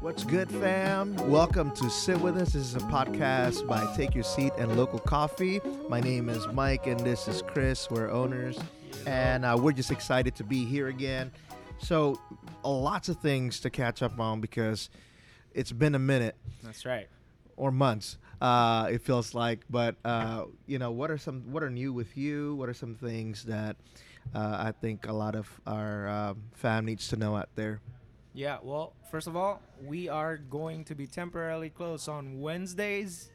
What's good, fam? Welcome to Sit With Us. This is a podcast by Take Your Seat and Local Coffee. My name is Mike, and this is Chris. We're owners, and uh, we're just excited to be here again. So, uh, lots of things to catch up on because it's been a minute That's right. or months. Uh, it feels like, but uh, you know, what are some what are new with you? What are some things that uh, I think a lot of our um fam needs to know out there? Yeah, well, first of all, we are going to be temporarily closed on Wednesdays.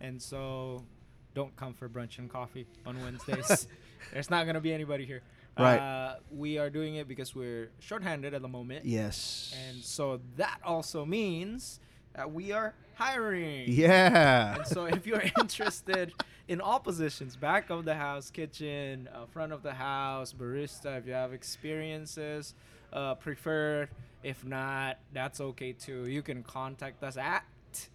And so don't come for brunch and coffee on Wednesdays. There's not going to be anybody here. Right. Uh, we are doing it because we're shorthanded at the moment. Yes. And so that also means that we are hiring. yeah. And so if you're interested in all positions, back of the house, kitchen, uh, front of the house, barista, if you have experiences uh, preferred, if not, that's okay too. You can contact us at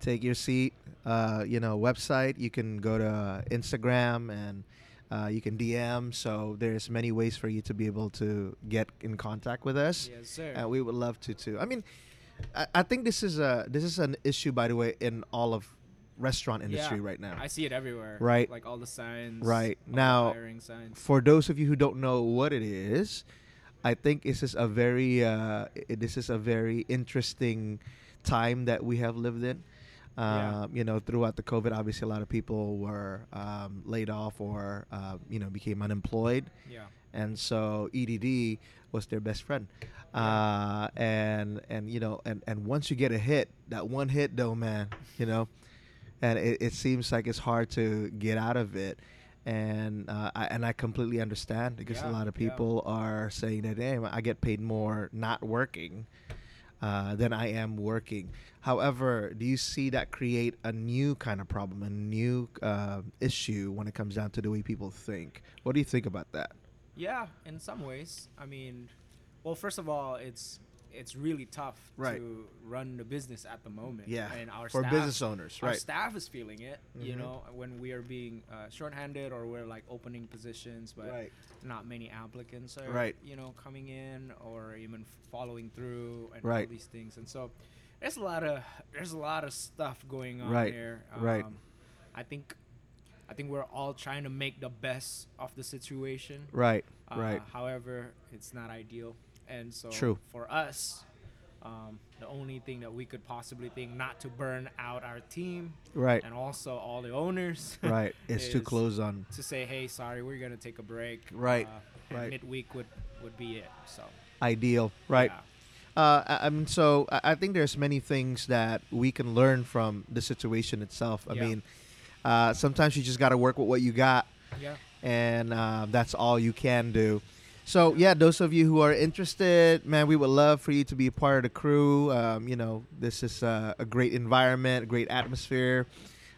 take your seat uh, you know website you can go to uh, instagram and uh, you can dm so there's many ways for you to be able to get in contact with us yes sir. and we would love to too i mean I, I think this is a this is an issue by the way in all of restaurant industry Yeah, right now I see it everywhere. Right. Like all the signs. Right. all the Now- hiring signs. for those of you who don't know what it is, I think this is a very uh, i- this is a very interesting time that we have lived in. Yeah. Um, You know, throughout the COVID, obviously a lot of people were um, laid off or uh, you know became unemployed, Yeah. and so EDD was their best friend. Uh, and and you know, and and once you get a hit, that one hit though, man, you know, and it, it seems like it's hard to get out of it. And uh, I, and I completely understand because a Yeah, lot of yeah. people are saying that hey, I get paid more not working uh, than I am working. However, do you see that create a new kind of problem, a new uh, issue when it comes down to the way people think? What do you think about that? Yeah, in some ways. I mean, well, first of all, it's it's really tough Right. to run the business at the moment. Yeah, and our for staff, business owners, our right. staff is feeling it. You Mhm. know, when we are being uh, shorthanded or we're like opening positions, but Right. not many applicants are Right. you know coming in or even following through and Right. all these things, and so. There's a lot of there's a lot of stuff going on Right, there. right. I think I think we're all trying to make the best of the situation. Right, Uh, right. However, it's not ideal, and so True. for us, um, the only thing that we could possibly think not to burn out our team, Right. and also all the owners, Right. It's too is close on. To say, hey, sorry, we're gonna take a break. Uh, Right, and right. Midweek would would be it. So Ideal. Right. yeah. Uh, I, I mean, so I, I think there's many things that we can learn from the situation itself. I Yeah. mean, uh, sometimes you just got to work with what you got, yeah. and uh, that's all you can do. So yeah, those of you who are interested, man, we would love for you to be a part of the crew. Um, you know, this is uh, a great environment, a great atmosphere.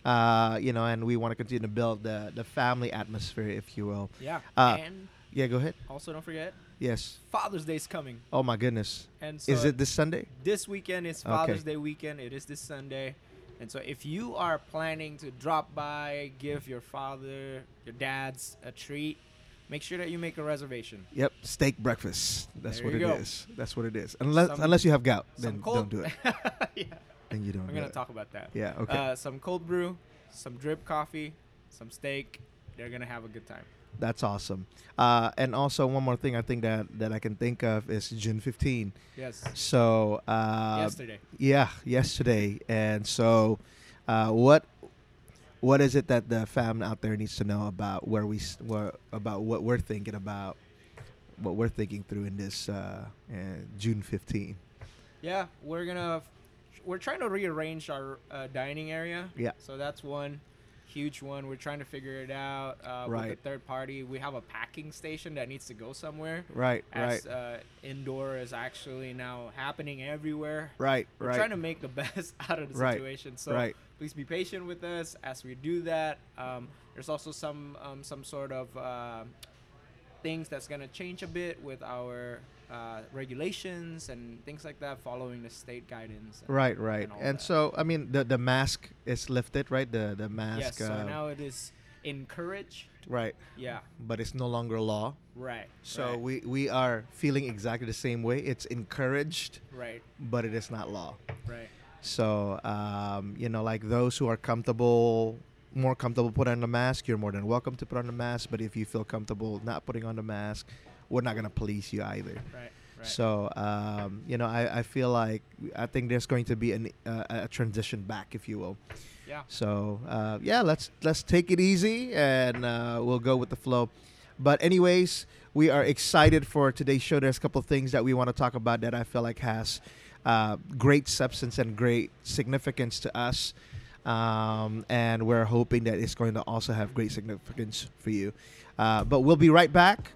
Uh, you know, and we want to continue to build the the family atmosphere, if you will. Yeah. Uh, and Yeah, go ahead. also, don't forget Yes. Father's Day's coming, Oh my goodness. and so is it this Sunday? this weekend is Okay. Father's Day weekend. It is this Sunday. And so if you are planning to drop by, give your father, your dads a treat, make sure that you make a reservation. Yep, steak breakfast. That's There what it you is. go. That's what it is. Unless Some- unless you have gout, Some then cold don't do it. yeah. Then you don't. I'm do going it. to talk about that. Yeah. Okay. Uh, some cold brew, some drip coffee, some steak. They're going to have a good time. That's awesome. Uh, and also one more thing I think that that I can think of is June 15. Yes. So uh, Yesterday. yeah, yesterday. And so, uh, what what is it that the fam out there needs to know about where we s- where, about what we're thinking about, what we're thinking through in this uh, uh, June 15? Yeah, we're gonna we're trying to rearrange our uh, dining area. Yeah. So that's one huge one. We're trying to figure it out uh, with Right. the third party. We have a packing station that needs to go somewhere. Right. As right. uh, indoor is actually now happening everywhere. Right. We're right. trying to make the best out of the Right, situation. So right. please be patient with us as we do that. Um, there's also some um, some sort of uh, things that's gonna change a bit with our uh, regulations and things like that, following the state guidance. and- Right, right. all And, that. so, I mean, the, the mask is lifted, right? The the mask. yes, so uh, now it is encouraged correct. Right. Yeah, But it's no longer law. right. So right, we, we are feeling exactly the same way. It's encouraged, right, but it is not law. right, So, um, you know, like those who are comfortable, more comfortable put on the mask, you're more than welcome to put on the mask. But if you feel comfortable not putting on the mask, we're not going to police you either. right, right. So, um, you know, I, I feel like I think there's going to be an, uh, a transition back, if you will. yeah, So uh, yeah, let's let's take it easy and uh, we'll go with the flow. But anyways, we are excited for today's show. There's a couple of things that we want to talk about that I feel like has uh, great substance and great significance to us, um, and we're hoping that it's going to also have great significance for you. Uh, but we'll be right back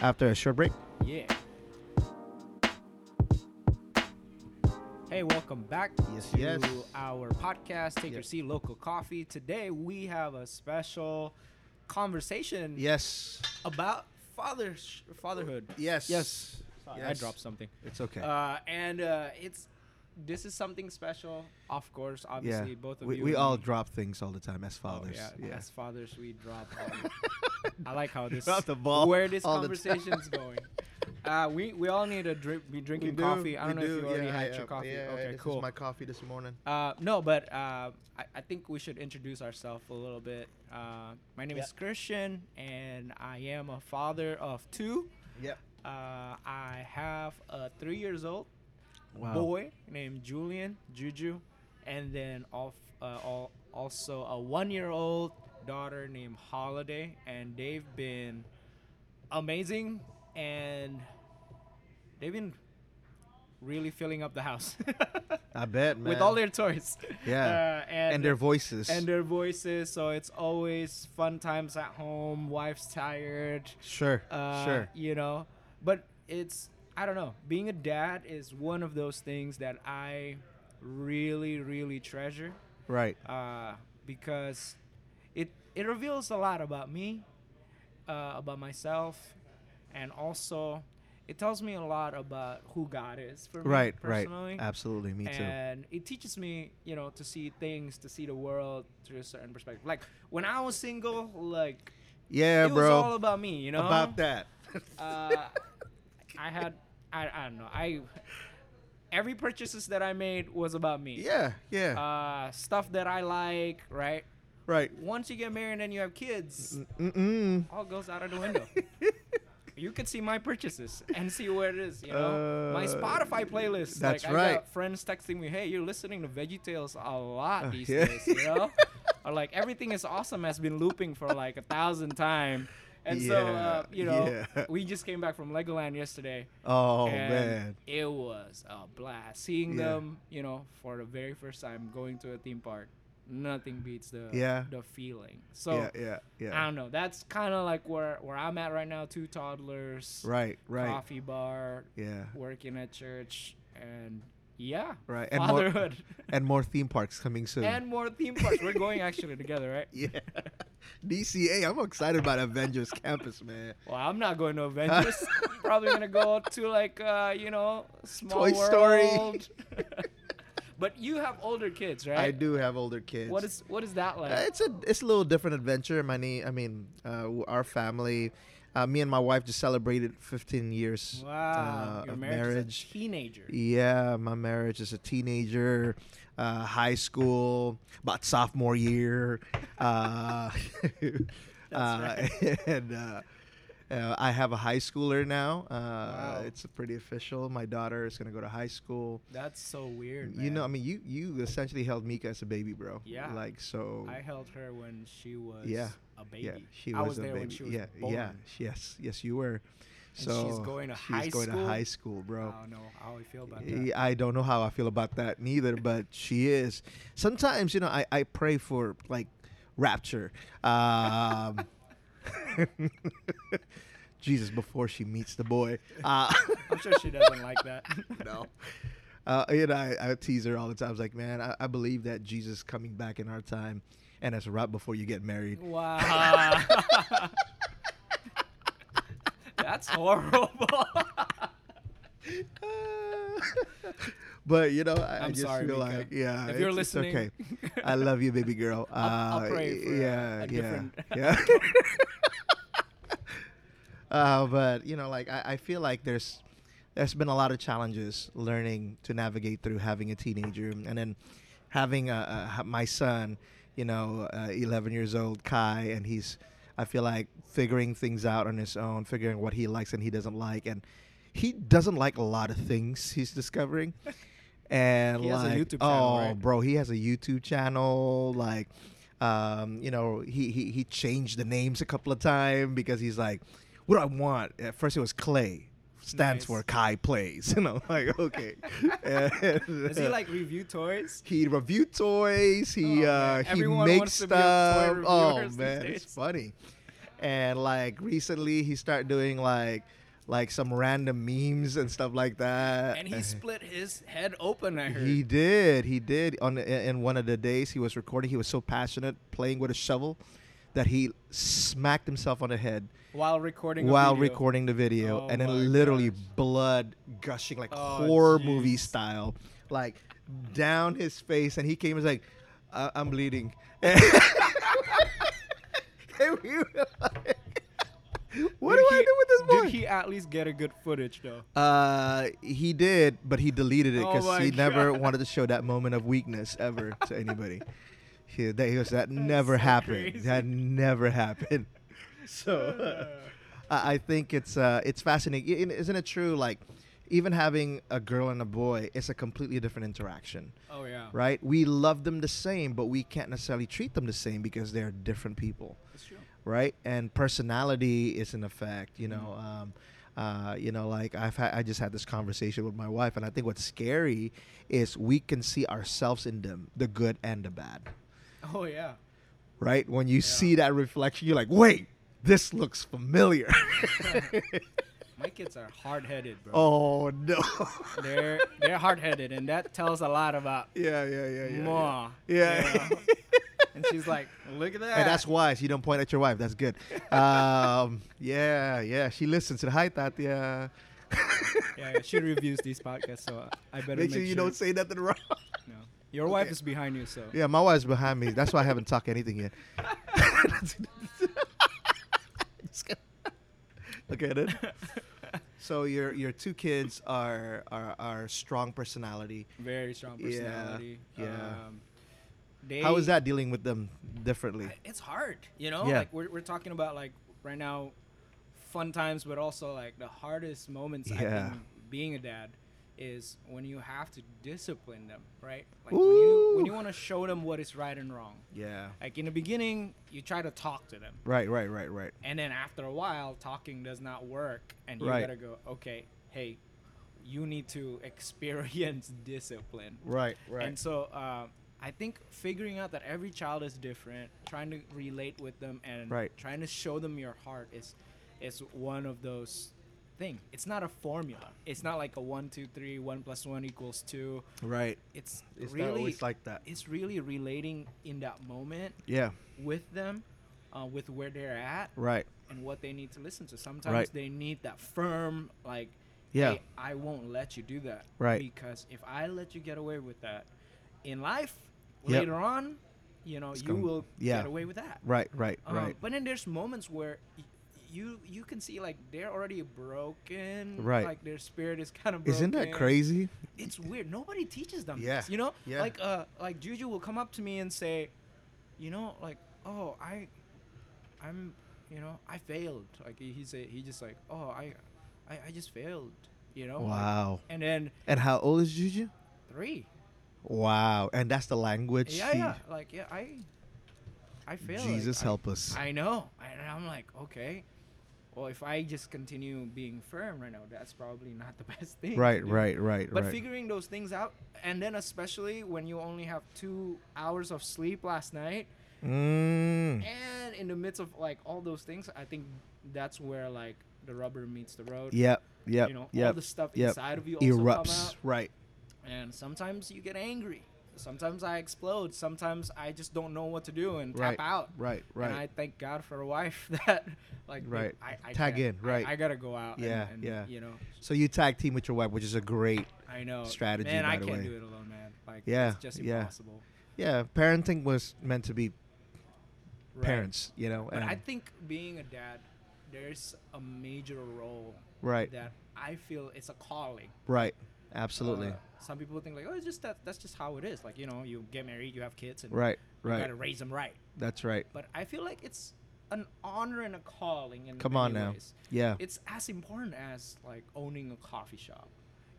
after a short break. yeah. Hey, welcome back Yes, to yes. our podcast, Take Your Yep. Seat Local Coffee. Today we have a special conversation Yes. about father fatherhood. Yes. Yes. Sorry, I Yes. dropped something. It's okay. Uh, and uh, it's this is something special, of course. Obviously, both of we, you. we all drop things all the time as Oh, fathers. yeah, yeah. As fathers, we drop. all- I like how this. Drop the ball Where this all the time. conversation's going. Uh, we we all need to drink, be drinking coffee. I don't know if you already had your coffee. okay, cool. coffee this morning. uh, no, but uh, I, I think we should introduce ourselves a little bit. Uh, my name Yeah. is Christian, and I am a father of two. Yep. Uh, I have a three years old Wow. boy named Julian Juju, and then off, uh, al- also a one-year-old daughter named Holiday, and they've been amazing, and they've been really filling up the house I bet, man. with all their toys. Yeah. uh, and, and their voices. and their voices. So it's always fun times at home. Wife's tired sure, uh, sure. you know but it's i don't know being a dad is one of those things that i really really treasure Right. uh, because it it reveals a lot about me uh, about myself and also it tells me a lot about who god is for me Right, right. personally Absolutely, me too. and it teaches me you know to see things to see the world through a certain perspective like when i was single like yeah, it was bro. all about me you know About that. uh, I had I, I don't know I every purchases that I made was about me. yeah, yeah. Uh, stuff that I like, right? right. Once you get married and you have kids, Mm-mm. all goes out of the window. you can see my purchases and see where it is. You know, my Uh, Spotify playlist. that's like, I right. got friends texting me, "Hey, you're listening to Veggie Tales a lot Oh, these yeah. days." You know, or like everything is awesome has been looping for like a thousand time. And so, uh, Yeah, you know, yeah. we just came back from Legoland yesterday. Oh and man. it was a blast seeing Yeah. them. You know, for the very first time going to a theme park. Nothing beats the Yeah. the feeling. So yeah, yeah, I yeah. don't know. That's kind of like where where I'm at right now. Two toddlers, Right, right. coffee bar, Yeah. working at church, and yeah, Right, and more- fatherhood, And more theme parks coming soon. and more theme parks. We're going actually together, right? yeah. DCA, I'm excited about Avengers Campus, man. Well, I'm not going to Avengers. Probably gonna go to like uh, you know, Toy small Story. World. but you have older kids, right? I do have older kids. What is what is that like? Uh, it's a it's a little different adventure. My name, I mean, uh, w- our family, uh, me and my wife just celebrated 15 years wow, uh, your of marriage, marriage. e Is a teenager. Yeah, my marriage is a teenager, uh, high school, about sophomore year. Uh, uh, and uh, uh, I have a high schooler now. Uh, Wow. It's pretty official. My daughter is going to go to high school. That's so weird. You know, I man. mean, you you essentially held Mika as a baby, bro. Yeah. Like so. I held her when she was Yeah. a baby. Yeah, she I was, was a there baby. when she was yeah, born. yeah, sh- yes, yes, you were. she's So going to she's high going school? to high school, I bro. don't know how I feel about that. Y- Eh, I don't know how I feel about that neither, but she is. Sometimes, you know, I, I pray for like rapture. Um, Jesus, before she meets the boy. Uh, I'm sure she doesn't like that. no. Uh, you know, I, I tease her all the time. I was like, man, I, I believe that Jesus coming back in our time, and it's right before you get married. Wow. That's horrible. but you know, I, I I'm just sorry, feel Mika. like yeah, If you're it's- it's listening, okay. I love you, baby girl. I'll Uh, pray for a- yeah, a yeah, different- yeah. uh, but you know, like I, I feel like there's there's been a lot of challenges learning to navigate through having a teenager and then having a, a, my son, you know, uh, 11 years old, Kai, and he's I feel like figuring things out on his own, figuring what he likes and he doesn't like, and he doesn't like a lot of things he's discovering. And He has a like, YouTube oh, channel, right? bro, he has a YouTube channel. Like, um, you know, he, he he changed the names a couple of times because he's like, what do I want? At first, it was Clay, stands Nice. for Kai plays. You know, like okay. Does he like review toys? He reviewed toys. He Oh, uh, man. he Everyone makes wants to be a toy stuff. reviewer Oh these man, it's days. funny. And like recently, he started doing like like some random memes and stuff like that. And he split his head open. I heard. Uh, He did. He did. On the- in one of the days he was recording, he was so passionate playing with a shovel that he smacked himself on the head while recording. a while video. recording the video Oh and my then literally gosh. blood gushing like Oh, horror jeez. movie style like down his face and he came and was like I- i'm bleeding and we were like, what Did do i he- do with this boy Did he at least get a good footage though? uh, he did, but he deleted it Oh because my he never God. wanted to show that moment of weakness ever to anybody. He, that he was that never so happened. That crazy. never happened. So uh, I I think it's uh, it's fascinating. I- I- Isn't it true? Like even having a girl and a boy, it's a completely different interaction, Oh yeah, right? We love them the same, but we can't necessarily treat them the same because they're different people that's true. right? And personality is an effect, you know. Mm-hmm. Um, uh, you know, like I've had, I just had this conversation with my wife, and I think what's scary is we can see ourselves in them, the good and the bad, Oh yeah, right? When you see that reflection, you're like, wait, this looks familiar. my kids are hard headed, bro. oh no. They're they're hard headed, and that tells a lot about yeah, yeah, yeah, yeah. yeah. Ma. Yeah. you know? and she's like, look at that. And that's wise. You don't point at your wife. That's good. Um, yeah, yeah. She listens. And hi, Tatia. yeah, yeah, she reviews these podcasts, so I better Make sure you don't say nothing wrong. No. Your wife Okay. is behind you, so Yeah, my wife's behind me. That's why I haven't talked anything yet. Just kidding. okay, then. So your your two kids are are, are strong personality. very strong Yeah, personality. yeah. Um, they, How is that dealing with them differently? It's hard, you know. Yeah. Like we're we're talking about like right now, fun times, but also like the hardest moments. I Yeah. think being a dad is when you have to discipline them, right? Like when you when Ooh. you want to show them what is right and wrong. Yeah. Like in the beginning, you try to talk to them. Right, right, right, right. And then after a while, talking does not work, and you Right. gotta go. Okay, hey, you need to experience discipline. Right, right. And so um, I think figuring out that every child is different, trying to relate with them, and Right. trying to show them your heart is is one of those things. It's not a formula. It's not like a one, two, three, one plus one equals two. right. It's, It's not really always like that. it's really relating in that moment Yeah. with them, uh, with where they're at, Right. and what they need to listen to. Sometimes Right. they need that firm, like, Yeah. hey, I won't let you do that. Right. Because if I let you get away with that in life, Yep. later on, you know, you gonna- will yeah. get away with that. Right. Right. Um, right. But then there's moments where y- you you can see like they're already broken. Right. Like their spirit is kind of broken Isn't that crazy? it's weird. Nobody teaches them. Yeah, This, you know, yeah. like uh, like Juju will come up to me and say, you know, like, oh, I, I'm, you know, I failed. Like he he say he just like, oh, I, I, I just failed. You know. like- Wow. and then And how old is Juju? three. Wow. And that's the language. Yeah, she- yeah. Like yeah, I, I failed. like, Jesus I- help us. I know, and I'm like, okay. Well, if I just continue being firm right now, that's probably not the best thing. to right. do. Right. Right. But right. figuring those things out, and then especially when you only have two hours of sleep last night, mm. and in the midst of like all those things, I think that's where like the rubber meets the road. Yep. Yep. you know, all yep. the stuff yep. inside of you also come Erupts. out, Right. and sometimes you get angry. Sometimes I explode. Sometimes I just don't know what to do and Right. tap out. Right. Right. And I thank God for a wife that, like, Right. I, I Tag can't- in, I- right. I, gotta go out. and- Yeah, and, yeah. You know, so you tag team with your wife, which is a great. I know. Strategy, Man, by I the can't way. do it alone, man. Like, Yeah, it's just yeah. impossible. Yeah, parenting was meant to be Right. parents, you know. But and I think being a dad there's a major role Right. that I feel it's a calling. Right. Absolutely. Uh, some people think like, oh, it's just that. That's just how it is. Like you know, you get married, you have kids, and right. you Right. gotta raise them right. That's right. But I feel like it's an honor and a calling. In Come on many now. ways. Yeah. It's as important as like owning a coffee shop.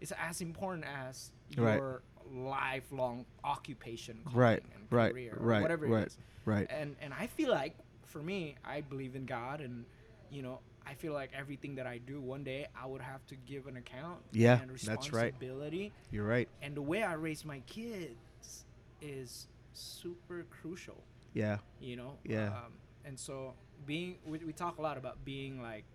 It's as important as Right. your lifelong occupation, calling Right, and right, career, or right, whatever right, it is. right. And and I feel like for me, I believe in God, and you know, I feel like everything that I do, one day I would have to give an account. Yeah, and that's right. responsibility. You're right. And the way I raise my kids is super crucial Yeah. you know Yeah. um, and so being we, we talk a lot about being like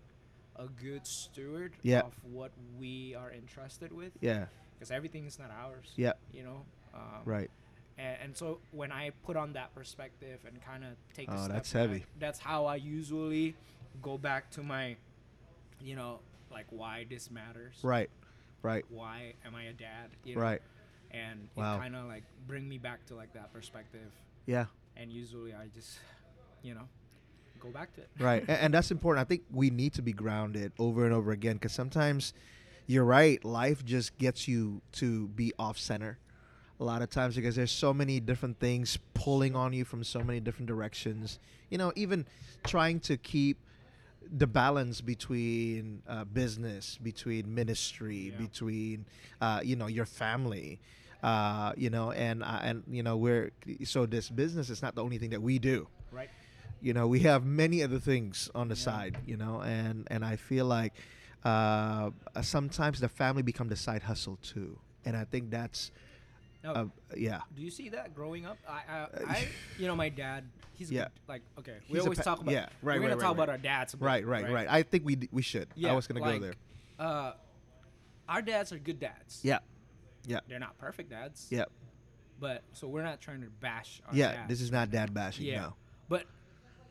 a good steward Yeah. of what we are entrusted with Yeah. because everything is not ours Yeah. you know um, Right. and, and so when i put on that perspective and kind of take a Oh, step that's back, heavy. that's how i usually go back to my you know like why this matters Right. Right. why am i a dad you know? Right. and Wow. it kind of like bring me back to like that perspective Yeah. and usually I just, you know, go back to it. Right. And, uh, and that's important. I think we need to be grounded over and over again because sometimes you're right. Life just gets you to be off center a lot of times because there's so many different things pulling on you from so many different directions. You know, even trying to keep the balance between uh, business, between ministry, Yeah. between uh, you know your family, uh, you know, and uh, and you know we're so this business is not the only thing that we do right? you know we have many other things on the Yeah. side you know and and i feel like uh uh, sometimes the family become the side hustle too and i think that's No, uh, yeah do you see that growing up? I, I, I you know, my dad, he's a Yeah. good, like okay. We He's a always pa- talk about yeah, right, We're right, gonna right, talk about right. our dads. a bit, right right right, i think we d- we should i was gonna like, go there Uh, our dads are good dads. yeah They're not perfect dads. yeah But so we're not trying to bash our yeah dads. this is not dad bashing Oh, yeah. no But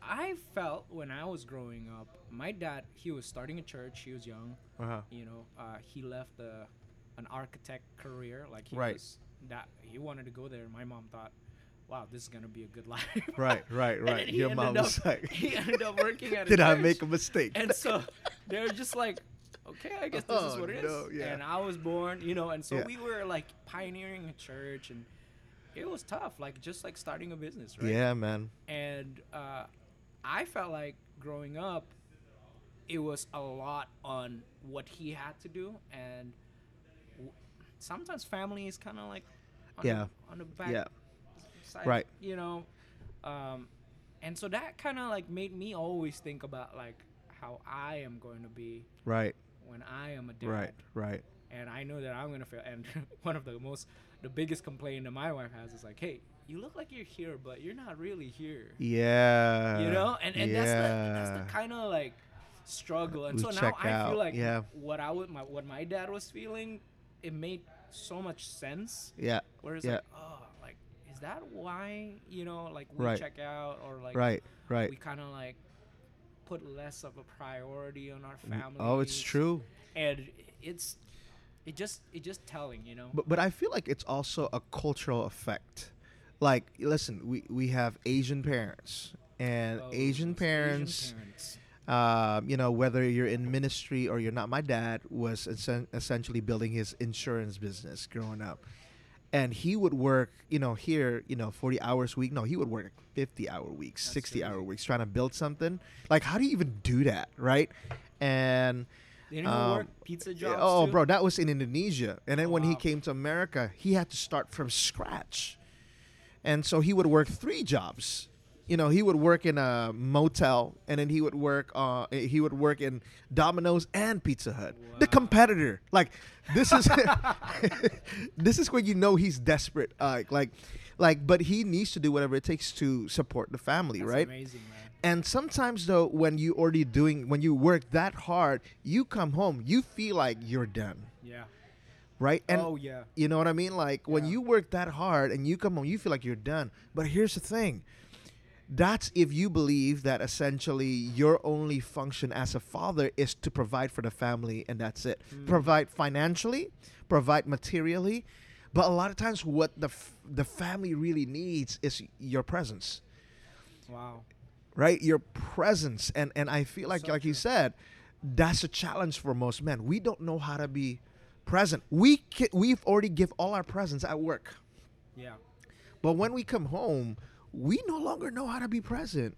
I felt when I was growing up, my dad, he was starting a church. He was young. uh-huh. you know uh, he left the, an architect career like he Right. was that he wanted to go there and my mom thought wow this is gonna be a good life right right And then right he your ended mom up- was like he ended up working at a did i church. make a mistake and so they're just like okay i guess this is Oh, what it is no, yeah. and i was born you know and so Yeah. we were like pioneering a church and it was tough like just like starting a business right yeah man and uh, I felt like growing up, it was a lot on what he had to do, and w- sometimes family is kind of like on Yeah. the, on the back Yeah. side, Right. You know, um, and so that kind of like made me always think about like how I am going to be right when I am a dad, right right and I know that I'm gonna fail. And one of the most, the biggest complaint that my wife has is like, "Hey, you look like you're here, but you're not really here." yeah you know and, and that's the, Uh, yeah. that's the kind of like struggle and We so now check i out, feel like yeah. what i would my what my dad was feeling it made so much sense yeah where it's Yeah. like oh like is that why you know like we Right. check out or like right right we kind of like put less of a priority on our Mm, family oh it's true and it's it just it just telling you know But but I feel like it's also a cultural effect. Like, listen, we we have Asian parents and Oh, Asian those parents. parents. Um, you know, whether you're in ministry or you're not, my dad was essen- essentially building his insurance business growing up. And he would work, you know, here, you know, 40 hours a week. No, he would work 50 hour weeks, That's 60 hour crazy. weeks trying to build something. Like, how do you even do that? Right. And they didn't even um, work pizza yeah, jobs Oh, too? bro, that was in Indonesia, and then Oh, when he wow. came to America, he had to start from scratch, and so he would work three jobs. You know, he would work in a motel, and then he would work. Uh, he would work in Domino's and Pizza Hut, the Wow. competitor. Like, this is this is where you know he's desperate. Uh, like, like, but he needs to do whatever it takes to support the family, That's right? amazing man And sometimes though, when you already doing when you work that hard, you come home, you feel like you're done, yeah right? And oh yeah you know what I mean? Like when Yeah. you work that hard and you come home, you feel like you're done. But here's the thing. That's if you believe that essentially your only function as a father is to provide for the family and that's it. Mm. Provide financially, provide materially, but a lot of times what the f- the family really needs is your presence, wow right? Your presence, and and I feel like So like you true. said, that's a challenge for most men. We don't know how to be present. We ca- we've already give all our presence at work, Yeah. but when we come home, we no longer know how to be present,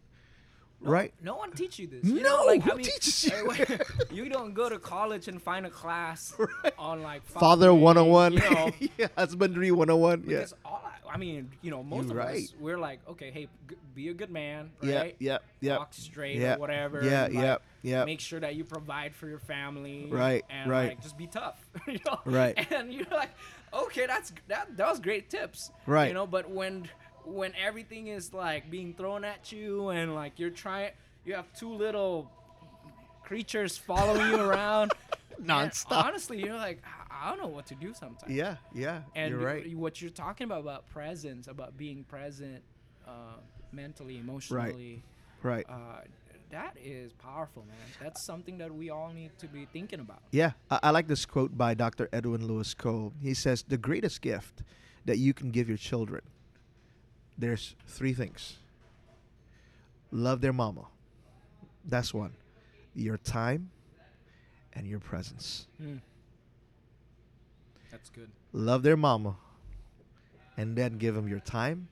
right? No one teach you this. No, you know? like, who I mean, teaches you? like, you don't go to college and find a class on like Father fucking, 101, You know, yeah, husbandry 101, yeah. because all I, I mean, you know, most You're of right. us we're like, okay, hey, g- be a good man, yeah, right? yeah, yeah, Walk straight yeah, or whatever. yeah, and, yeah, like, yeah. Make sure that you provide for your family. Right, And right. like just be tough. you know? Right. And you're like, okay, that's that that was great tips. Right. You know, but when when everything is like being thrown at you and like you're trying you have two little creatures following you around and Nonstop. Honestly, you're like, "I- I don't know what to do sometimes yeah, yeah. and you're right. what you're talking about about presence about being present uh, mentally emotionally Right. uh, that is powerful man that's something that we all need to be thinking about Yeah, I, I like this quote by Dr. Edwin Lewis Cole. He says, The greatest gift that you can give your children, there's three things love their mama. That's one. Your time and your presence. Hmm. that's good Love their mama and then give them your time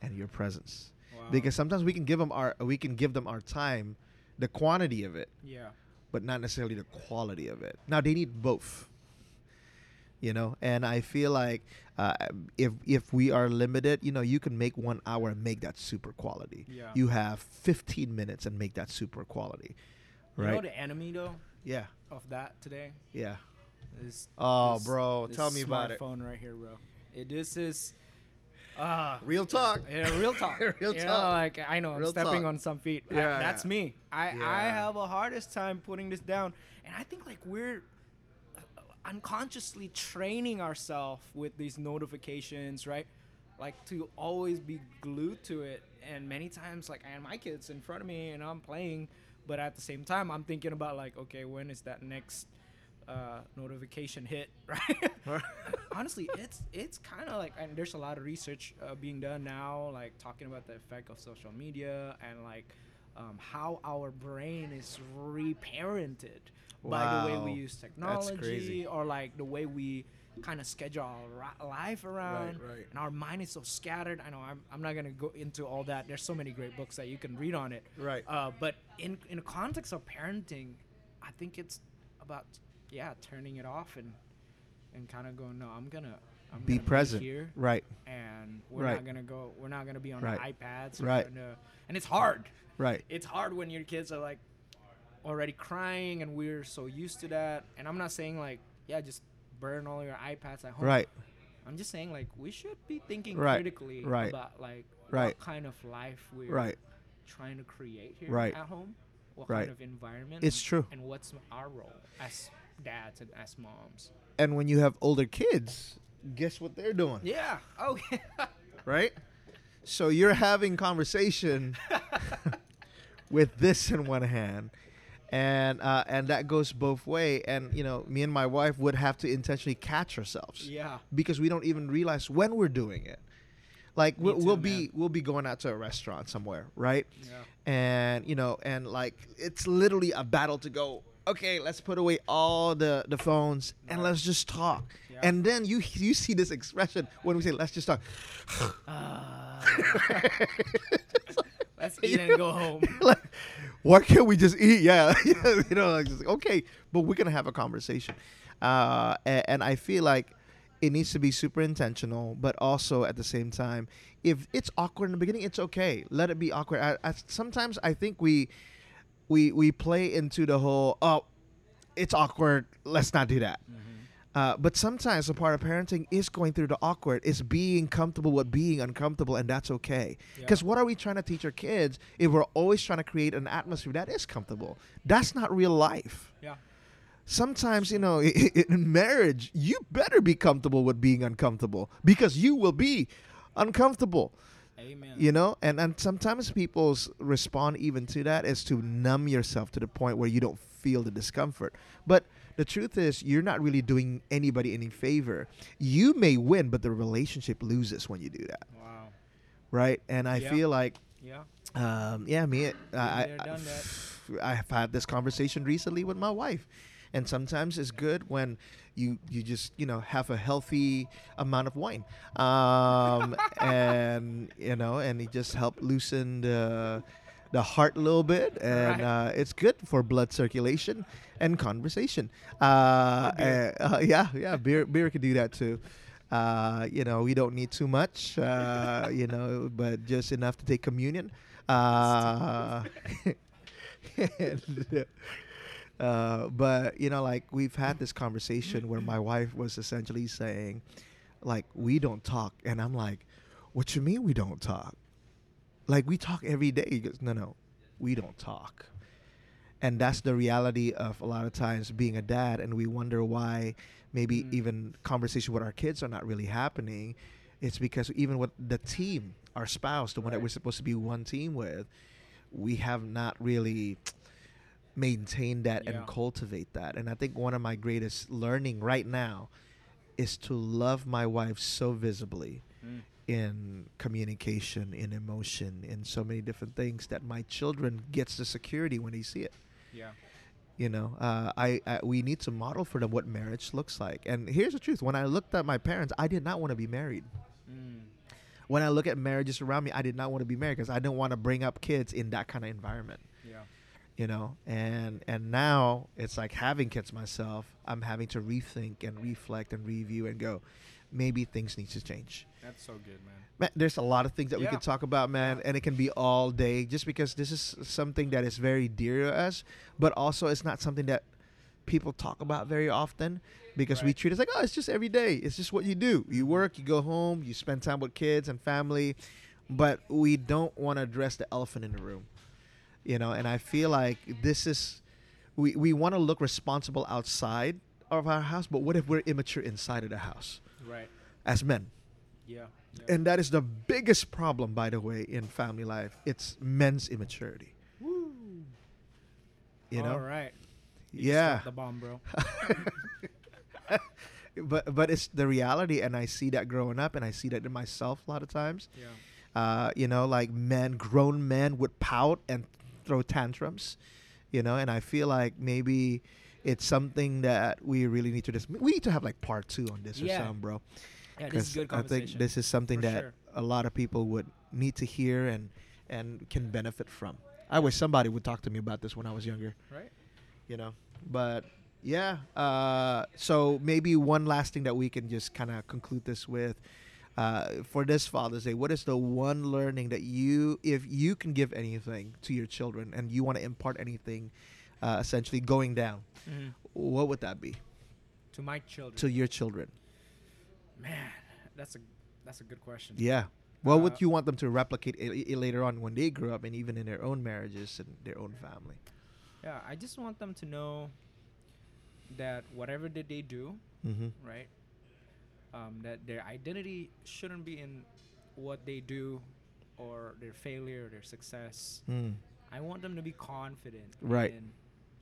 and your presence. Wow. Because sometimes we can give them our we can give them our time, the quantity of it, yeah but not necessarily the quality of it. Now they need both, you know. And I feel like uh, if if we are limited, you know, you can make one hour and make that super quality. Yeah. You have 15 minutes and make that super quality, you know right? the enemy though yeah, of that today yeah. is Oh, this- bro, this tell me about it. smartphone right here bro it, this is uh, Real talk. Yeah, real talk. Real you know, talk. like I know I'm Real stepping talk. on some feet. I- Yeah, that's yeah. me. I I Yeah. have a hardest time putting this down, and I think like we're unconsciously training ourselves with these notifications, right? Like to always be glued to it, and many times like and my kids in front of me, and I'm playing, but at the same time I'm thinking about like, okay, when is that next? Uh, notification hit right honestly it's it's kind of like and there's a lot of research uh, being done now like talking about the effect of social media and like um, how our brain is reparented by the way we Wow. use That's technology crazy. or like the way we kind of schedule our ri- life around right. and our mind is so scattered i know I'm, I'm not gonna go into all that there's so many great books that you can read on it Right. uh, but in in the context of parenting i think it's about yeah turning it off and and kind of going no i'm gonna i'm Be gonna present. here Right. and we're Right. not gonna go we're not gonna be on Right. the ipads or Right. on the- and it's hard Right. it's hard when your kids are like already crying and we're so used to that and i'm not saying like yeah just burn all your ipads at home Right. i'm just saying like we should be thinking Right. critically Right. about like Right. what kind of life we're Right. trying to create here Right. at home what Right. kind of environment It's and- true. and what's our role as dads and as moms And when you have older kids, guess what they're doing? yeah oh yeah right? So you're having conversation with this in one hand, and uh, and that goes both way. And you know, me and my wife would have to intentionally catch ourselves yeah because we don't even realize when we're doing it. Like we'll, too, we'll be man. we'll be going out to a restaurant somewhere, right? Yeah. And you know, and like it's literally a battle to go. Okay, let's put away all the the phones and Right. let's just talk. Yeah. And then you you see this expression when we say let's just talk. Uh, Mm-hmm. let's eat and go home like, why can't we just eat? Yeah, yeah, you know, like, just, okay, but we're gonna have a conversation, uh, a- and, I feel like it needs to be super intentional, but also at the same time, if it's awkward in the beginning, it's okay. Let it be awkward. I, I, sometimes I think we, we, we play into the whole oh, it's awkward. Let's not do that. Uh, but sometimes a part of parenting is going through the awkward. It's being comfortable with being uncomfortable, and that's okay. Yeah. Because what are we trying to teach our kids if we're always trying to create an atmosphere that is comfortable? That's not real life. yeah Sometimes, you know, in marriage, you better be comfortable with being uncomfortable because you will be uncomfortable, amen you know? And, and sometimes people's respond even to that is to numb yourself to the point where you don't feel the discomfort. But the truth is, you're not really doing anybody any favor. You may win, but the relationship loses when you do that wow right? And I Yeah. feel like Yeah. Um, yeah, me. I, I, there, done that. I've had this conversation recently with my wife, and sometimes it's good when you you just you know have a healthy amount of wine, um, and you know, and it just help loosen the the heart a little bit, and uh, it's good for blood circulation and conversation. Uh, beer. uh, uh, yeah, yeah, beer beer can do that too. Uh, you know, we don't need too much, uh, you know, but just enough to take communion. Uh, and, uh, but you know, like we've had this conversation where my wife was essentially saying, like, we don't talk, and I'm like, what you mean we don't talk? Like we talk every day. He goes, no, no, we don't talk. And that's the reality of a lot of times being a dad, and we wonder why maybe Mm. even conversation with our kids are not really happening. It's because even with the team, our spouse, the one that Right. we're supposed to be one team with, we have not really maintained that Yeah. and cultivate that. And I think one of my greatest learning right now is to love my wife so visibly in communication, in emotion, in so many different things that my children gets the security when they see it. Yeah. You know, uh, I, I we need to model for them what marriage looks like. And here's the truth: when I looked at my parents, I did not want to be married. Mm. When I look at marriages around me, I did not want to be married because I didn't want to bring up kids in that kind of environment. Yeah. You know, and and now it's like having kids myself, I'm having to rethink and reflect and review and go, maybe things need to change. That's so good, man. Man, there's a lot of things that we Yeah. could talk about, man, Yeah. and it can be all day just because this is something that is very dear to us, but also it's not something that people talk about very often because we Right. treat it like, oh, it's just every day. It's just what you do. You work, you go home, you spend time with kids and family, but we don't want to address the elephant in the room, you know, and I feel like this is, we, we want to look responsible outside of our house, but what if we're immature inside of the house Right. as men? Yeah. yeah. And that is the biggest problem, by the way, in family life. It's men's immaturity. Woo. You know? All right. You just Yeah. dropped The bomb, bro. but but it's the reality, and I see that growing up, and I see that in myself a lot of times. Yeah. Uh, you know, like men, grown men would pout and throw tantrums. You know, and I feel like maybe it's something that we really need to dis- we need to have like part two on this or Yeah. something, bro. Yeah. This is 'Cause good I conversation. think this is something For that sure. a lot of people would need to hear and and can benefit from. I wish somebody would talk to me about this when I was younger, right. you know. But yeah, uh, so maybe one last thing that we can just kind of conclude this with uh, for this Father's Day, what is the one learning that you, if you can give anything to your children and you want to impart anything, uh, essentially going down, Mhm. what would that be To my children. to your children? man, that's a that's a good question. Yeah. What Uh, would you want them to replicate i- i- later on when they grow up and even in their own marriages and their own family? Yeah, I just want them to know that whatever that they do, Mm-hmm. right, um, that their identity shouldn't be in what they do or their failure or their success. Mm. I want them to be confident Right. in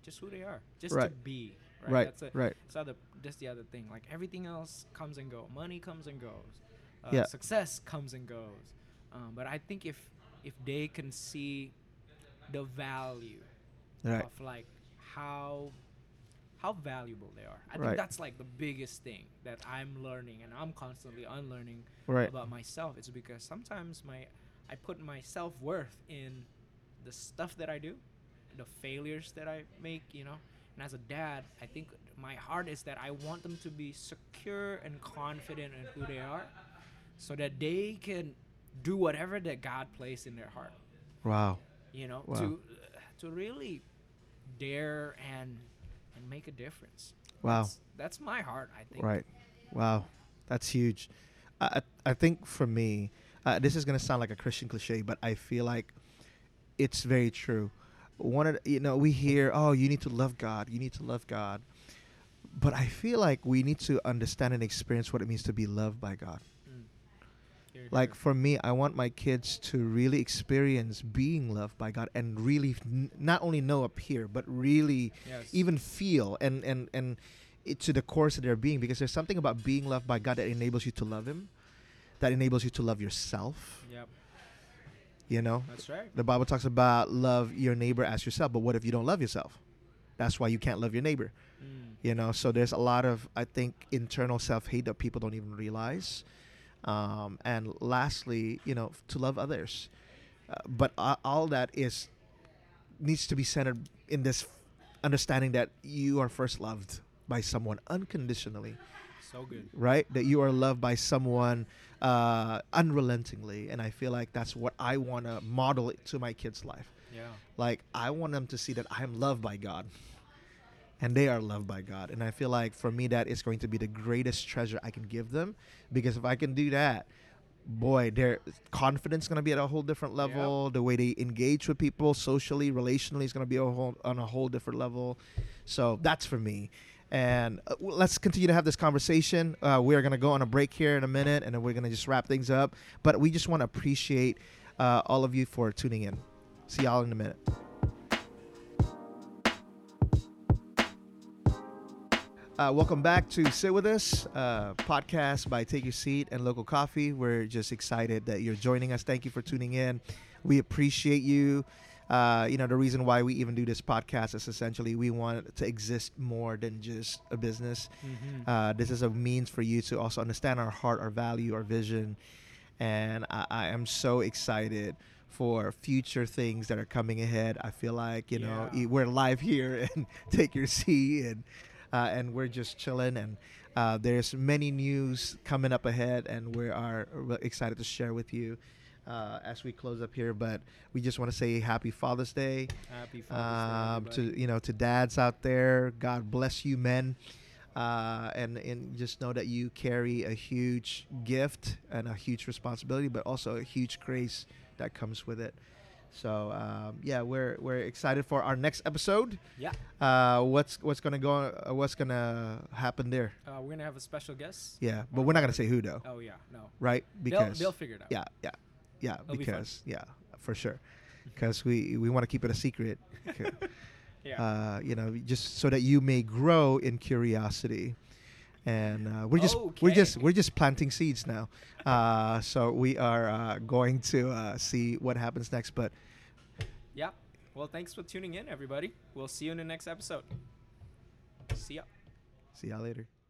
just who they are, just to Right. be. Right. Right. That's it. right. That's other. That's the other thing. Like everything else comes and go. Money comes and goes. Uh, Yeah. Success comes and goes. Um, but I think if if they can see the value Right. of like how how valuable they are, I Right. think that's like the biggest thing that I'm learning and I'm constantly unlearning Right. about myself. It's because sometimes my I put my self worth in the stuff that I do, the failures that I make, you know. And as a dad, I think my heart is that I want them to be secure and confident in who they are, so that they can do whatever that God placed in their heart Wow. you know Wow. to to really dare and and make a difference Wow. that's, that's my heart i think Right. Wow. That's huge. I, I I think for me, uh, this is going to sound like a Christian cliche, but I feel like it's very true. One of the, you know, we hear, "Oh, you need to love God. You need to love God." But I feel like we need to understand and experience what it means to be loved by God. Mm. Here, Like here. for me, I want my kids to really experience being loved by God and really n- not only know up here, but really Yes. even feel and and and it to the course of their being because there's something about being loved by God that enables you to love Him, that enables you to love yourself. yep You know, That's right. the Bible talks about love your neighbor as yourself, but what if you don't love yourself? That's why you can't love your neighbor. Mm. You know, so there's a lot of I think internal self-hate that people don't even realize. Um, and lastly, you know, to love others, uh, but uh, all that is needs to be centered in this understanding that you are first loved by someone unconditionally So good. right? That you are loved by someone uh, unrelentingly, and I feel like that's what I want to model it to my kids' life. Yeah. Like I want them to see that I am loved by God, and they are loved by God. And I feel like for me, that is going to be the greatest treasure I can give them, because if I can do that. Boy, their confidence going to be at a whole different level. The way they engage with people socially, relationally is going to be a whole, on a whole different level. So that's for me. And uh, w- let's continue to have this conversation. Uh, we are going to go on a break here in a minute, and then we're going to just wrap things up. But we just want to appreciate uh, all of you for tuning in. See y'all in a minute. Uh, welcome back to Sit With Us, uh, podcast by Take Your Seat and Local Coffee. We're just excited that you're joining us. Thank you for tuning in. We appreciate you. Uh, you know, the reason why we even do this podcast is essentially we want it to exist more than just a business. Mm-hmm. Uh, this is a means for you to also understand our heart, our value, our vision. And I, I am so excited for future things that are coming ahead. I feel like, you know, Yeah. e- we're live here and take your seat and, uh, and we're just chilling and uh, there's many news coming up ahead and we are re- excited to share with you uh, as we close up here. But we just want to say happy Father's Day Happy Father's um, Day. to everybody. you know to dads out there. God bless you, men, uh, and and just know that you carry a huge gift and a huge responsibility, but also a huge grace that comes with it. So um, yeah, we're we're excited for our next episode. yeah. Uh, what's what's gonna go? Uh, what's gonna happen there? Uh, we're going to have a special guest. Yeah, but we're not gonna say who though, Oh, yeah. No. right? They'll, they'll figure it out. Yeah, yeah, yeah. be fun. because yeah, for sure, because we we want to keep it a secret. Yeah. uh, you know, just so that you may grow in curiosity. And uh, we're just we're just Okay. we're just planting seeds now. Uh, so we are uh, going to uh, see what happens next. But yeah. Well, thanks for tuning in, everybody. We'll see you in the next episode. See ya. see y'all later.